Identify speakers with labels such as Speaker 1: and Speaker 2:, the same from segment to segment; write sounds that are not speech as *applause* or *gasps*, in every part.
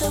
Speaker 1: a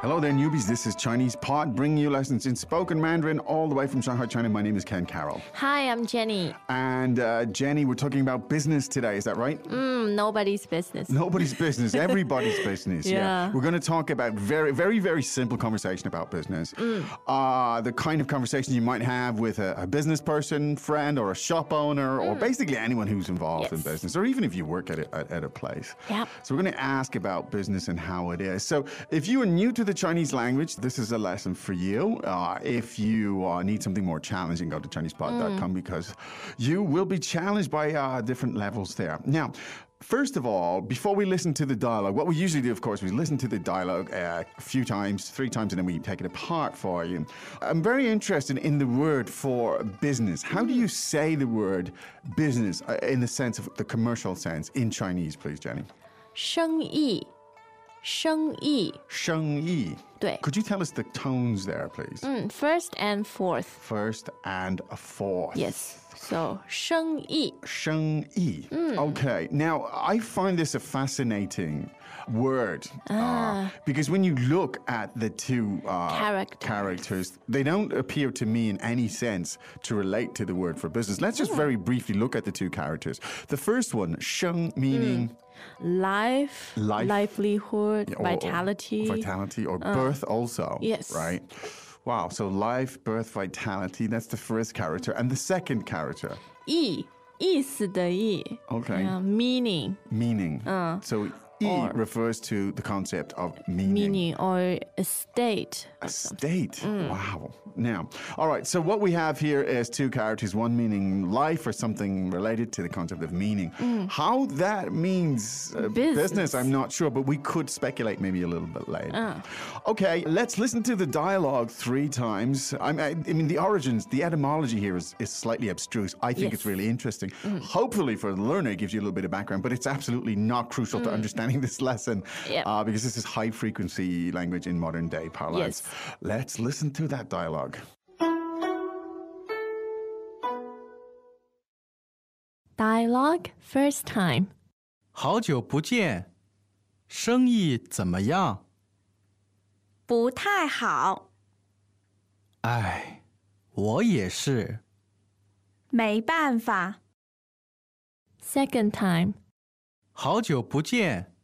Speaker 2: Hello there, newbies. This is Chinese Pod, bringing you lessons in spoken Mandarin all the way from Shanghai, China. My name is Ken Carroll.
Speaker 3: Hi, I'm Jenny.
Speaker 2: And uh, Jenny, we're talking about business today. Is that right?
Speaker 3: Mm, nobody's business.
Speaker 2: Nobody's
Speaker 3: *laughs*
Speaker 2: business, everybody's business. Yeah.
Speaker 3: Yeah.
Speaker 2: We're going to talk about very, very, very simple conversation about business.
Speaker 3: Mm.
Speaker 2: Uh, the kind of conversation you might have with a, a business person, friend, or a shop owner, or basically anyone who's involved in
Speaker 3: Mm. Yes.
Speaker 2: business, or even if you work at a, at, at a place.
Speaker 3: Yep.
Speaker 2: So we're going to ask about business and how it is. So if you are new to the Chinese language, this is a lesson for you. Uh, if you uh, need something more challenging, go to ChinesePod.com because you will be challenged by uh, different levels there. Now, First of all, before we listen to the dialogue, what we usually do, of course, we listen to the dialogue uh, a few times, three times, and then we take it apart for you. I'm very interested in the word for business. How do you say the word business uh, in the sense of the commercial sense in Chinese, please, Jenny?
Speaker 3: 生意，生意，
Speaker 2: 生意.
Speaker 3: 对。Mm.
Speaker 2: Could you tell us the tones there, please?
Speaker 3: 嗯，first and fourth.
Speaker 2: First and a fourth.
Speaker 3: Yes. So 生意，
Speaker 2: 生意.
Speaker 3: Mm.
Speaker 2: Okay. Now, I find this a fascinating word uh, because when you look at the two uh,
Speaker 3: Ah. Characters.
Speaker 2: characters, they don't appear to me in any sense to relate to the word for business. Let's just very briefly look at the two characters. The first one, 生,
Speaker 3: Mm.
Speaker 2: meaning
Speaker 3: life,
Speaker 2: Life.
Speaker 3: livelihood,
Speaker 2: or- or
Speaker 3: vitality. Uh,
Speaker 2: vitality or birth also.
Speaker 3: Yes.
Speaker 2: Right. Wow. So life, birth, vitality. That's the first character, and the second character,
Speaker 3: 意，E. 意思的意。
Speaker 2: Okay.
Speaker 3: Yeah, meaning,
Speaker 2: meaning.
Speaker 3: Uh,
Speaker 2: so e refers to the concept of meaning.
Speaker 3: meaning or state.
Speaker 2: A state.
Speaker 3: Mm.
Speaker 2: Wow. Now, all right. So what we have here is two characters. One meaning life or something related to the concept of meaning. How that means uh, business.
Speaker 3: Mm. Business.
Speaker 2: I'm not sure, but we could speculate maybe a little bit later.
Speaker 3: Uh.
Speaker 2: Okay, let's listen to the dialogue three times. I'm, I, I mean, the origins, the etymology here is, is slightly abstruse. I think it's
Speaker 3: Yes. Mm.
Speaker 2: really interesting. Hopefully, for the learner, it gives you a little bit of background, but it's absolutely not crucial to understanding *laughs* this lesson
Speaker 3: Mm. Yep.
Speaker 2: uh, because this is high frequency language in modern day parlance.
Speaker 3: Yes.
Speaker 2: Let's listen to that dialogue.
Speaker 3: ，dialogue first time.
Speaker 4: 好久不见，生意怎么样？
Speaker 5: 不太好，
Speaker 4: 哎，我也是。
Speaker 5: 没办法，
Speaker 3: Second time.
Speaker 4: 好久不见，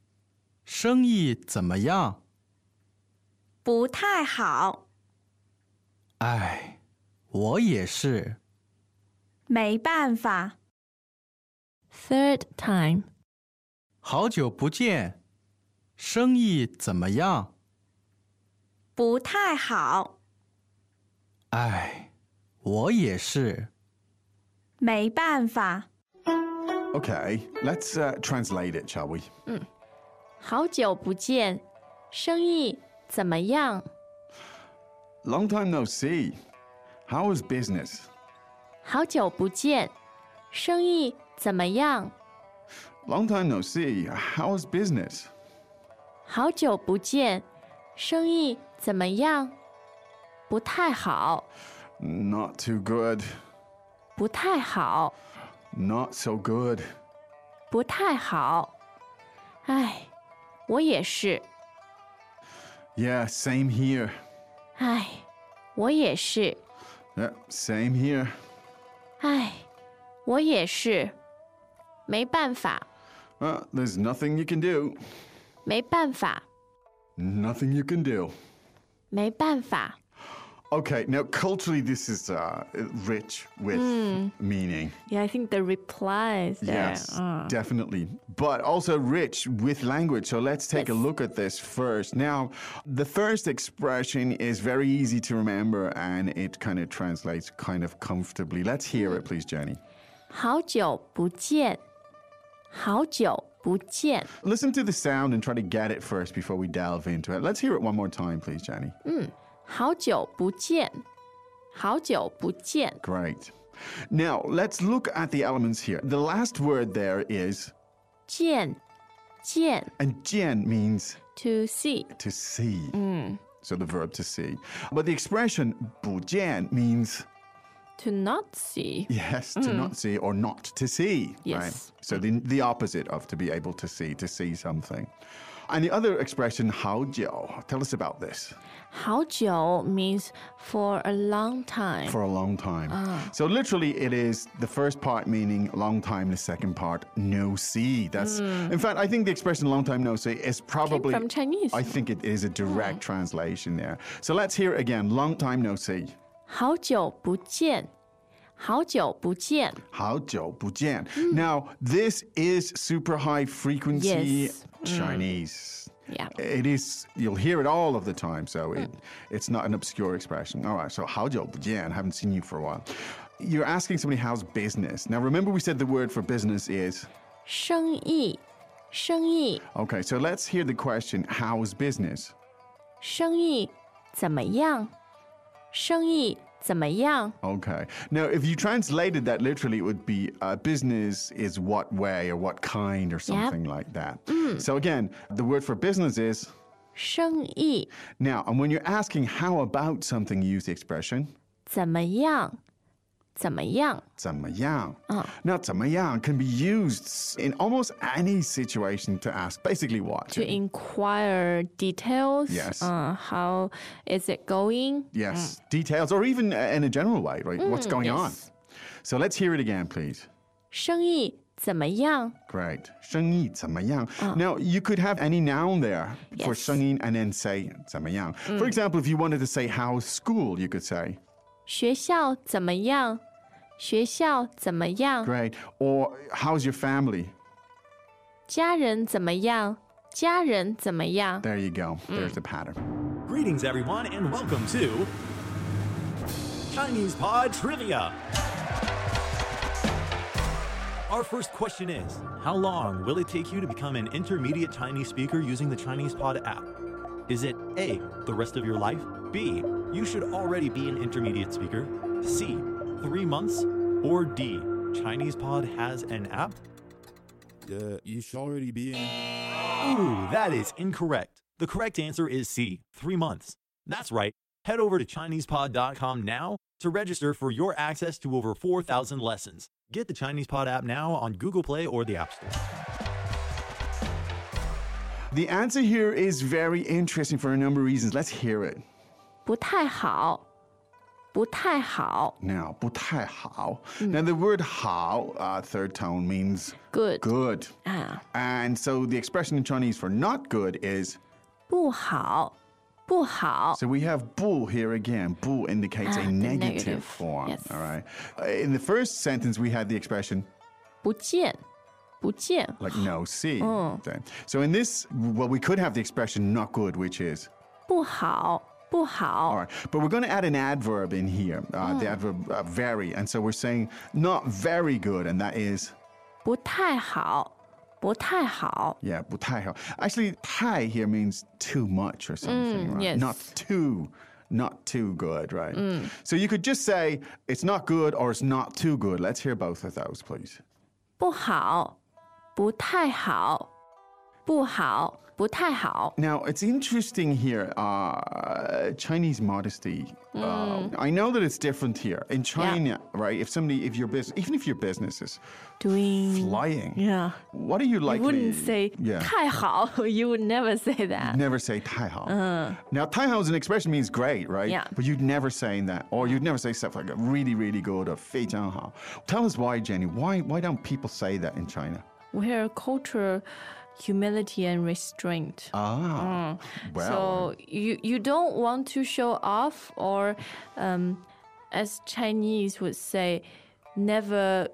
Speaker 4: 生意怎么样？
Speaker 5: 不太好，
Speaker 4: 哎，我也是。
Speaker 5: 没办法，
Speaker 3: Third time.
Speaker 4: 好久不见，生意怎么样？
Speaker 5: 不太好，
Speaker 4: 哎，我也是。
Speaker 5: 没办法，
Speaker 2: Okay, let's uh, translate it, shall we?
Speaker 3: 好久不见，生意怎么样？
Speaker 2: Long time no see. How is business?
Speaker 3: 好久不见，生意怎么样？
Speaker 2: Long time no see. How is business?
Speaker 3: 好久不见，生意怎么样？不太好，
Speaker 2: Not too good.
Speaker 3: 不太好，
Speaker 2: Not so good.
Speaker 3: 不太好。唉，我也是，
Speaker 2: Yeah, same here.
Speaker 3: 唉，我也是，
Speaker 2: Yeah, same here.
Speaker 3: 唉，我也是，没办法，
Speaker 2: Well, there's nothing you can do.
Speaker 3: 没办法，
Speaker 2: Nothing you can do.
Speaker 3: 没办法。
Speaker 2: Okay, now culturally, this is uh, rich with meaning.
Speaker 3: Yeah, I think the replies
Speaker 2: Yes, definitely. But also rich with language. So let's take a look at this first. Now, the first expression is very easy to remember and it kind of translates kind of comfortably. Let's hear it, please, Jenny.
Speaker 3: 好久不见，好久不见，
Speaker 2: Listen to the sound and try to get it first before we delve into it. Let's hear it one more time, please, Jenny.
Speaker 3: 好久不见，好久不见。
Speaker 2: Great. Now, let's look at the elements here. The last word there is,
Speaker 3: 见，见
Speaker 2: and Jian means
Speaker 3: to see
Speaker 2: to see. So the verb to see. But the expression 不见 means
Speaker 3: to not see.
Speaker 2: yes, to not see or not to see.
Speaker 3: Hmm. Yes.
Speaker 2: Right? So the, the opposite of to be able to see, to see something. And the other expression 好久, tell us about this.
Speaker 3: 好久 means for a long time.
Speaker 2: For a long time.
Speaker 3: Ah.
Speaker 2: So literally, it is the first part meaning long time, the second part no see. That's in fact, I think the expression long time no see is probably
Speaker 3: Hmm. from Chinese. Oh.
Speaker 2: I think it is a direct translation there. So let's hear it again. Long time no see.
Speaker 3: 好久不见，好久不见。
Speaker 2: 好久不见. Now this is super high frequency
Speaker 3: Yes. Mm.
Speaker 2: Chinese.
Speaker 3: Yeah. Mm.
Speaker 2: It is. You'll hear it all of the time. So it, it's not an obscure expression. All right. So 好久不见. Haven't seen you for a while. You're asking somebody how's business. Now remember we said the word for business is
Speaker 3: 生意，生意，
Speaker 2: okay. So let's hear the question. How's business?
Speaker 3: 生意怎么样？生意怎么样？
Speaker 2: Okay. Now if you translated that literally, it would be uh, business is what way or what kind or something like that.
Speaker 3: Mm.
Speaker 2: So again, the word for business is
Speaker 3: 生意怎么样？
Speaker 2: now. And when you're asking how about something, you use the expression
Speaker 3: 怎么样？
Speaker 2: 怎么样?
Speaker 3: Ah.
Speaker 2: Now, 怎么样 can be used in almost any situation to ask basically what?
Speaker 3: To inquire details.
Speaker 2: Yes.
Speaker 3: Uh, how is it going?
Speaker 2: yes,
Speaker 3: Mm.
Speaker 2: details, or even uh, in a general way, right? What's going on? So let's hear it again, please.
Speaker 3: 生意怎么样？
Speaker 2: Great. 生意怎么样? Now, you could have any noun there for
Speaker 3: Ah. Yes. Mm.
Speaker 2: 生意 and then say 怎么样. For example, if you wanted to say how's school, you could say
Speaker 3: 学校怎么样？学校怎么样？
Speaker 2: great. Or how's your family?
Speaker 3: 家人怎么样？家人怎么样？
Speaker 2: There you go.
Speaker 3: Mm.
Speaker 2: There's the pattern.
Speaker 6: Greetings, everyone, and welcome to Chinese Pod Trivia. Our first question is How long will it take you to become an intermediate Chinese speaker using the Chinese Pod app? Is it A, the rest of your life? B, you should already be an intermediate speaker? C, three months? Or D, Chinese Pod has an app?
Speaker 7: Uh, you should already be in.
Speaker 6: Ooh, that is incorrect. The correct answer is C, three months. That's right. Head over to ChinesePod.com now to register for your access to over 4,000 lessons. Get the Chinese Pod app now on Google Play or the App Store.
Speaker 2: The answer here is very interesting for a number of reasons. Let's hear it.
Speaker 3: 不太好，不太好。
Speaker 2: Now, 不太好. Now, the word 好, uh, third tone, means
Speaker 3: Hmm. Good.
Speaker 2: good.
Speaker 3: 啊，
Speaker 2: And so the expression in Chinese for not good is,
Speaker 3: 不好，不好，
Speaker 2: so we have 不 here again. 不 indicates
Speaker 3: Ah,
Speaker 2: a
Speaker 3: the
Speaker 2: negative,
Speaker 3: negative,
Speaker 2: form.
Speaker 3: yes.
Speaker 2: All right. Uh, In the first sentence, we had the expression
Speaker 3: 不见，不见，
Speaker 2: like no see.
Speaker 3: *gasps* Oh.
Speaker 2: Okay. So in this, well, we could have the expression not good, which is
Speaker 3: 不好，不
Speaker 2: All
Speaker 3: 好，
Speaker 2: right, but we're going to add an adverb in here. Uh, The adverb uh, very, and so we're saying not very good, and that is
Speaker 3: 不太好，不太好，
Speaker 2: Yeah, 不太好. Actually, 太 here means too much or something, right?
Speaker 3: yes.
Speaker 2: Not too, not too good, right? So you could just say it's not good or it's not too good. Let's hear both of those, please.
Speaker 3: 不好，不太好，不好，不太好，
Speaker 2: Now, it's interesting here, uh, Chinese modesty. Uh, I know that it's different here. In China, right, if somebody, if your business, even if your business is
Speaker 3: doing
Speaker 2: flying,
Speaker 3: yeah.
Speaker 2: what are you
Speaker 3: You
Speaker 2: likely...
Speaker 3: wouldn't say
Speaker 2: Yeah.
Speaker 3: *laughs* 太好，you would never say that.
Speaker 2: Never say tai hao. Now, tai hao is an expression means great, right?
Speaker 3: Uh. Yeah.
Speaker 2: But you'd never say that, or you'd never say stuff like really, really good or fei jiang hao. Tell us why, Jenny. Why why don't people say that in China?
Speaker 3: We're a culture, humility and restraint.
Speaker 2: Ah,
Speaker 3: Mm.
Speaker 2: well,
Speaker 3: So you you don't want to show off, or um, as Chinese would say, never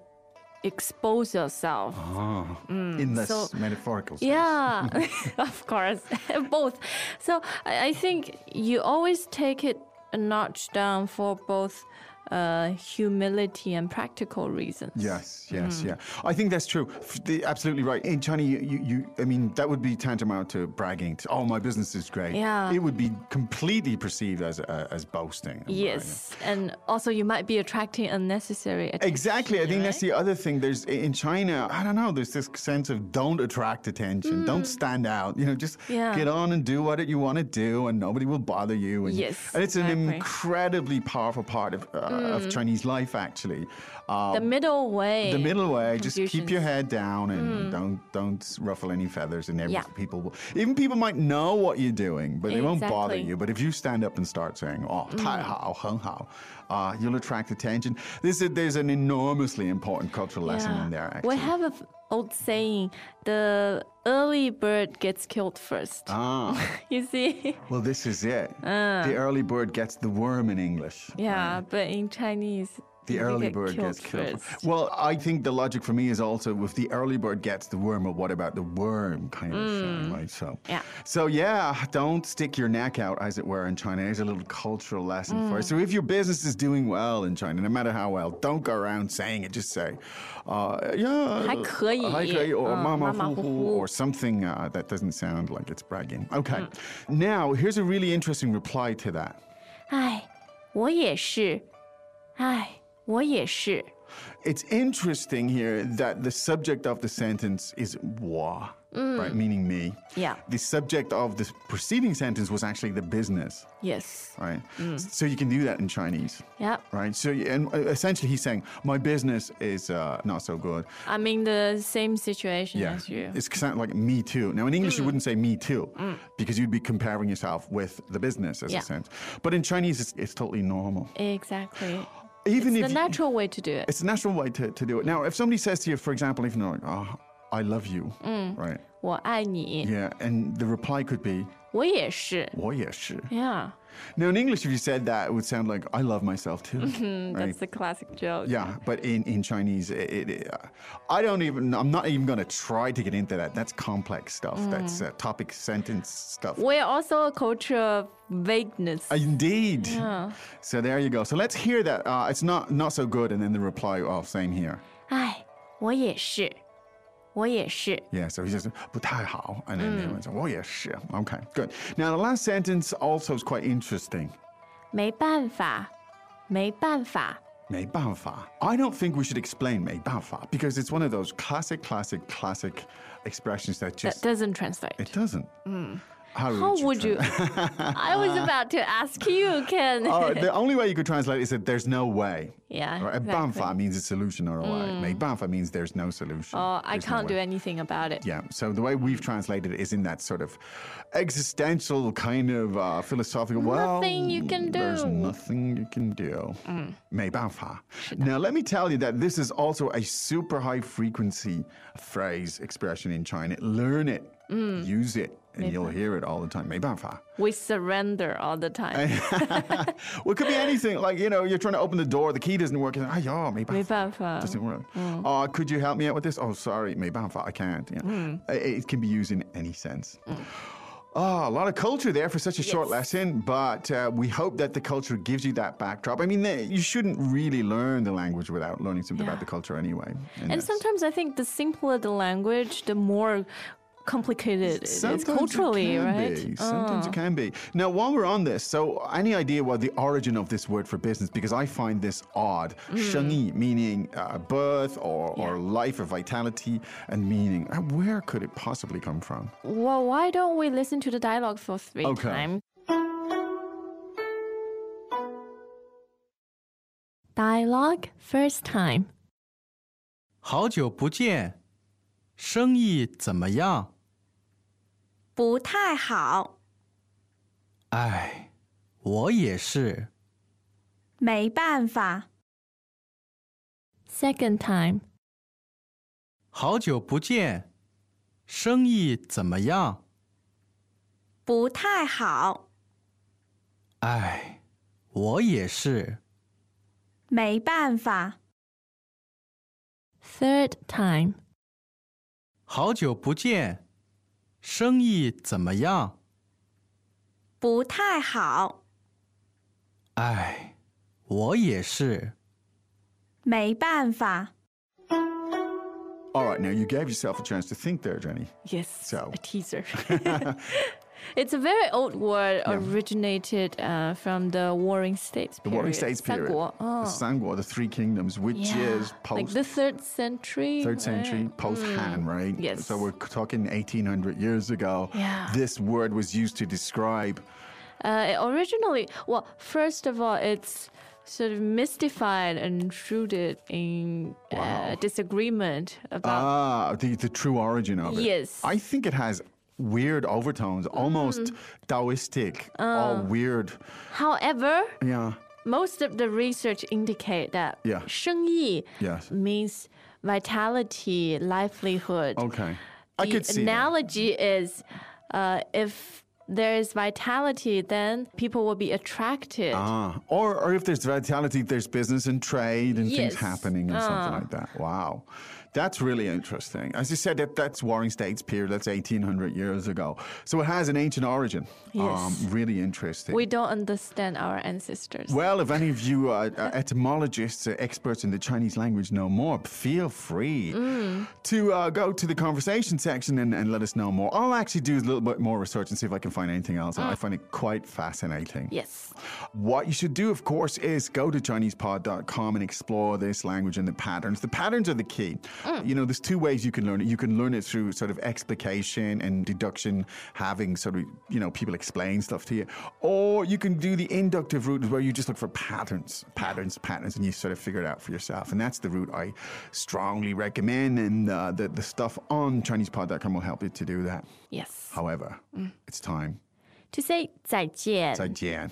Speaker 3: expose yourself.
Speaker 2: Oh, in this
Speaker 3: so-
Speaker 2: metaphorical sense.
Speaker 3: Yeah, *laughs* of course, both. So I, I think you always take it a notch down for both uh, humility and practical reasons.
Speaker 2: Yes,
Speaker 3: Mm.
Speaker 2: yes, yeah. I think that's true. F- the- Absolutely right. In China, you, you, you, I mean, that would be tantamount to bragging. To, oh, my business is great.
Speaker 3: Yeah.
Speaker 2: It would be completely perceived as uh, as boasting. and bragging.
Speaker 3: Yes, and also you might be attracting unnecessary attention.
Speaker 2: Exactly. I think that's the
Speaker 3: right?
Speaker 2: other thing. There's in China, I don't know, there's this sense of don't attract attention, don't stand out. You know, just
Speaker 3: Mm. Yeah.
Speaker 2: get on and do what it- you want to do and nobody will bother you. And,
Speaker 3: Yes,
Speaker 2: and it's an
Speaker 3: exactly. Mm.
Speaker 2: incredibly powerful part of, uh, of Chinese life, actually. Uh,
Speaker 3: the middle way.
Speaker 2: the middle way. Just keep
Speaker 3: Confucius.
Speaker 2: your head down and don't don't ruffle any feathers. And every,
Speaker 3: Hmm. Yeah.
Speaker 2: people will even people might know what you're doing, but they won't bother
Speaker 3: Exactly. Hmm.
Speaker 2: you. But if you stand up and start saying "oh, 太好,很好," uh, you'll attract attention. There's a, there's an enormously important cultural lesson in there. Actually.
Speaker 3: We have an old saying: the early bird gets killed first.
Speaker 2: ah,
Speaker 3: *laughs* You see?
Speaker 2: well, this is
Speaker 3: *laughs*
Speaker 2: it. the early bird gets the worm in English.
Speaker 3: Ah. Yeah, but in Chinese,
Speaker 2: The
Speaker 3: you
Speaker 2: early
Speaker 3: get
Speaker 2: bird
Speaker 3: killed
Speaker 2: gets killed.
Speaker 3: first.
Speaker 2: first. Well, I think the logic for me is also if the early bird gets the worm, but what about the worm kind of thing, right? So,
Speaker 3: Hmm. Yeah.
Speaker 2: So yeah, don't stick your neck out, as it were, in China. There's a little cultural lesson for us.
Speaker 3: Mm.
Speaker 2: So if your business is doing well in China, no matter how well, don't go around saying it. Just say, uh, yeah,
Speaker 3: 还可以，uh,
Speaker 2: 还可以, or
Speaker 3: 嗯，
Speaker 2: 马马虎虎,
Speaker 3: 马马虎虎。
Speaker 2: or something uh, that doesn't sound like it's bragging. Okay.
Speaker 3: Mm.
Speaker 2: Now here's a really interesting reply to that.
Speaker 3: 唉，我也是，唉，我也是。
Speaker 2: It's interesting here that the subject of the sentence is wa, right? Meaning me.
Speaker 3: Mm. Yeah.
Speaker 2: The subject of the preceding sentence was actually the business,
Speaker 3: Yes.
Speaker 2: right?
Speaker 3: Mm.
Speaker 2: So you can do that in Chinese,
Speaker 3: Yep.
Speaker 2: right? So you- and uh, essentially he's saying my business is uh, not so good.
Speaker 3: I'm in the same situation
Speaker 2: Yeah.
Speaker 3: as you. Mm.
Speaker 2: It's kind of like me too. Now in English you wouldn't say me too because you'd be comparing yourself with the business as
Speaker 3: Yeah.
Speaker 2: a sense. But in Chinese it's, it's totally normal.
Speaker 3: Exactly.
Speaker 2: Even
Speaker 3: it's
Speaker 2: if
Speaker 3: the
Speaker 2: you-
Speaker 3: natural way to do it.
Speaker 2: It's a natural way to, to do it. Now, if somebody says to you, for example, even like, oh, I love you,
Speaker 3: Mm.
Speaker 2: right?
Speaker 3: 我爱你，
Speaker 2: Yeah, and the reply could be,
Speaker 3: 我也是。
Speaker 2: 我也是.
Speaker 3: Yeah,
Speaker 2: Now, in English, if you said that, it would sound like, I love myself too. right?
Speaker 3: Mm-hmm, that's the classic joke.
Speaker 2: Yeah, but in, in Chinese, it, it, it, uh, I don't even, I'm not even going to try to get into that. That's complex stuff.
Speaker 3: Mm.
Speaker 2: That's uh, topic sentence stuff. Uh,
Speaker 3: We're also a culture of vagueness.
Speaker 2: Indeed. So there you go. So let's hear that. Uh, it's not not so good. And then the reply, oh, same here.
Speaker 3: 唉，我也是，我也是。
Speaker 2: Yeah, so he says, 不太好. And then
Speaker 3: Mm.
Speaker 2: everyone says, 我也是. Okay, good. Now, the last sentence also is quite interesting.
Speaker 3: 没办法，没办法。
Speaker 2: 没办法. I don't think we should explain 没办法 because it's one of those classic, classic, classic expressions that
Speaker 3: That
Speaker 2: just
Speaker 3: doesn't translate.
Speaker 2: it doesn't. How,
Speaker 3: How would you?
Speaker 2: tran-
Speaker 3: *laughs* I was about to ask you,
Speaker 2: *laughs*
Speaker 3: Ken.
Speaker 2: All
Speaker 3: *laughs*
Speaker 2: right, Oh, the only way you could translate is that there's no way.
Speaker 3: Yeah,
Speaker 2: Right?
Speaker 3: exactly. Mm.
Speaker 2: 办法 means a solution or a way. 没办法 means there's no solution.
Speaker 3: oh, I
Speaker 2: There's no
Speaker 3: can't
Speaker 2: way.
Speaker 3: do anything about it.
Speaker 2: Yeah. So the way we've translated it is in that sort of existential kind of uh, philosophical. Well,
Speaker 3: Nothing you can
Speaker 2: There's
Speaker 3: do.
Speaker 2: nothing you can do. Mm. Now let me tell you that this is also a super high frequency phrase expression in China. Learn it,
Speaker 3: Mm.
Speaker 2: use it, and you'll hear it all the time. 没办法.
Speaker 3: We surrender all the
Speaker 2: *laughs*
Speaker 3: time.
Speaker 2: Well, it could be anything. Like you know, you're trying to open the door, the key doesn't work. You're like, "哎呀，
Speaker 3: 没办法。
Speaker 2: Doesn't work.
Speaker 3: Mm.
Speaker 2: Uh, could you help me out with this? Oh, sorry, 没办法, I can't. Yeah.
Speaker 3: Mm.
Speaker 2: It, it can be used in any sense. Ah, a lot of culture there for such a short lesson, but uh, we hope that the culture gives you that backdrop. I mean, the- you shouldn't really learn the language without learning something about
Speaker 3: Yeah.
Speaker 2: the culture anyway.
Speaker 3: And
Speaker 2: that's-
Speaker 3: sometimes I think the simpler the language, the more complicated it is
Speaker 2: Sometimes
Speaker 3: culturally,
Speaker 2: it can
Speaker 3: right? Oh.
Speaker 2: Be. Sometimes it can be. Now, while we're on this, so any idea what the origin of this word for business? Because I find this odd.
Speaker 3: Hmm.
Speaker 2: Shengi meaning uh, birth or, or life or vitality and meaning. Uh, Where could it possibly come from?
Speaker 3: Well, why don't we listen to the dialogue for three
Speaker 2: Okay.
Speaker 3: time? Dialogue first time.
Speaker 4: 好久不见，生意怎么样？
Speaker 5: 不太好，
Speaker 4: 哎，我也是，
Speaker 5: 没办法，
Speaker 3: Second time.
Speaker 4: 好久不见，生意怎么样？
Speaker 5: 不太好，
Speaker 4: 哎，我也是，
Speaker 5: 没办法，
Speaker 3: Third time.
Speaker 4: 好久不见，生意怎么样？
Speaker 5: 不太好，
Speaker 4: 哎，我也是。
Speaker 5: 没办法，
Speaker 2: All right, now you gave yourself a chance to think there, Jenny. *laughs*
Speaker 3: Yes,
Speaker 2: So.
Speaker 3: a
Speaker 2: *laughs*
Speaker 3: teaser. *laughs* it's a very old word, originated uh, from the Warring States
Speaker 2: The
Speaker 3: period.
Speaker 2: Warring States period.
Speaker 3: Sanguo. Oh.
Speaker 2: The Sangwa, the Three Kingdoms, which is post
Speaker 3: like the third century.
Speaker 2: third century
Speaker 3: right?
Speaker 2: post Han, right?
Speaker 3: Yes.
Speaker 2: So we're talking 1800 years ago.
Speaker 3: Yeah.
Speaker 2: This word was used to describe.
Speaker 3: Uh, it originally, well, first of all, it's sort of mystified and rooted in uh, disagreement about
Speaker 2: Ah, the, the true origin of it.
Speaker 3: Yes. Mm-hmm.
Speaker 2: I think it has weird overtones, almost Taoistic
Speaker 3: Uh.
Speaker 2: or weird.
Speaker 3: However,
Speaker 2: Yeah.
Speaker 3: most of the research indicate that
Speaker 2: Yeah.
Speaker 3: 生意
Speaker 2: Yes.
Speaker 3: means vitality, livelihood.
Speaker 2: Okay. I
Speaker 3: the
Speaker 2: could see. that.
Speaker 3: analogy is uh, if there is vitality, then people will be attracted.
Speaker 2: Ah, or, or if there's vitality, there's business and trade and things
Speaker 3: Yes. Uh.
Speaker 2: happening and something like that. Wow. That's really interesting. As you said, that, that's Warring States period. That's 1800 years ago. So it has an ancient origin. Um,
Speaker 3: Yes.
Speaker 2: really interesting.
Speaker 3: We don't understand our ancestors.
Speaker 2: well, if any of you uh, uh, etymologists, uh, experts in the Chinese language know more, feel free to uh, go to the conversation section and, and let us know more. I'll actually do a little bit more research and see if I can find anything else. I find it quite fascinating.
Speaker 3: yes.
Speaker 2: What you should do, of course, is go to ChinesePod.com and explore this language and the patterns. The patterns are the key. You know, there's two ways you can learn it. You can learn it through sort of explication and deduction, having sort of, you know, people explain stuff to you. Or you can do the inductive route where you just look for patterns, patterns, patterns, and you sort of figure it out for yourself. And that's the route I strongly recommend. And uh, the, the stuff on ChinesePod.com will help you to do that.
Speaker 3: Yes.
Speaker 2: However, it's time.
Speaker 3: To say
Speaker 2: *laughs*
Speaker 3: 再见.
Speaker 2: It's Jan.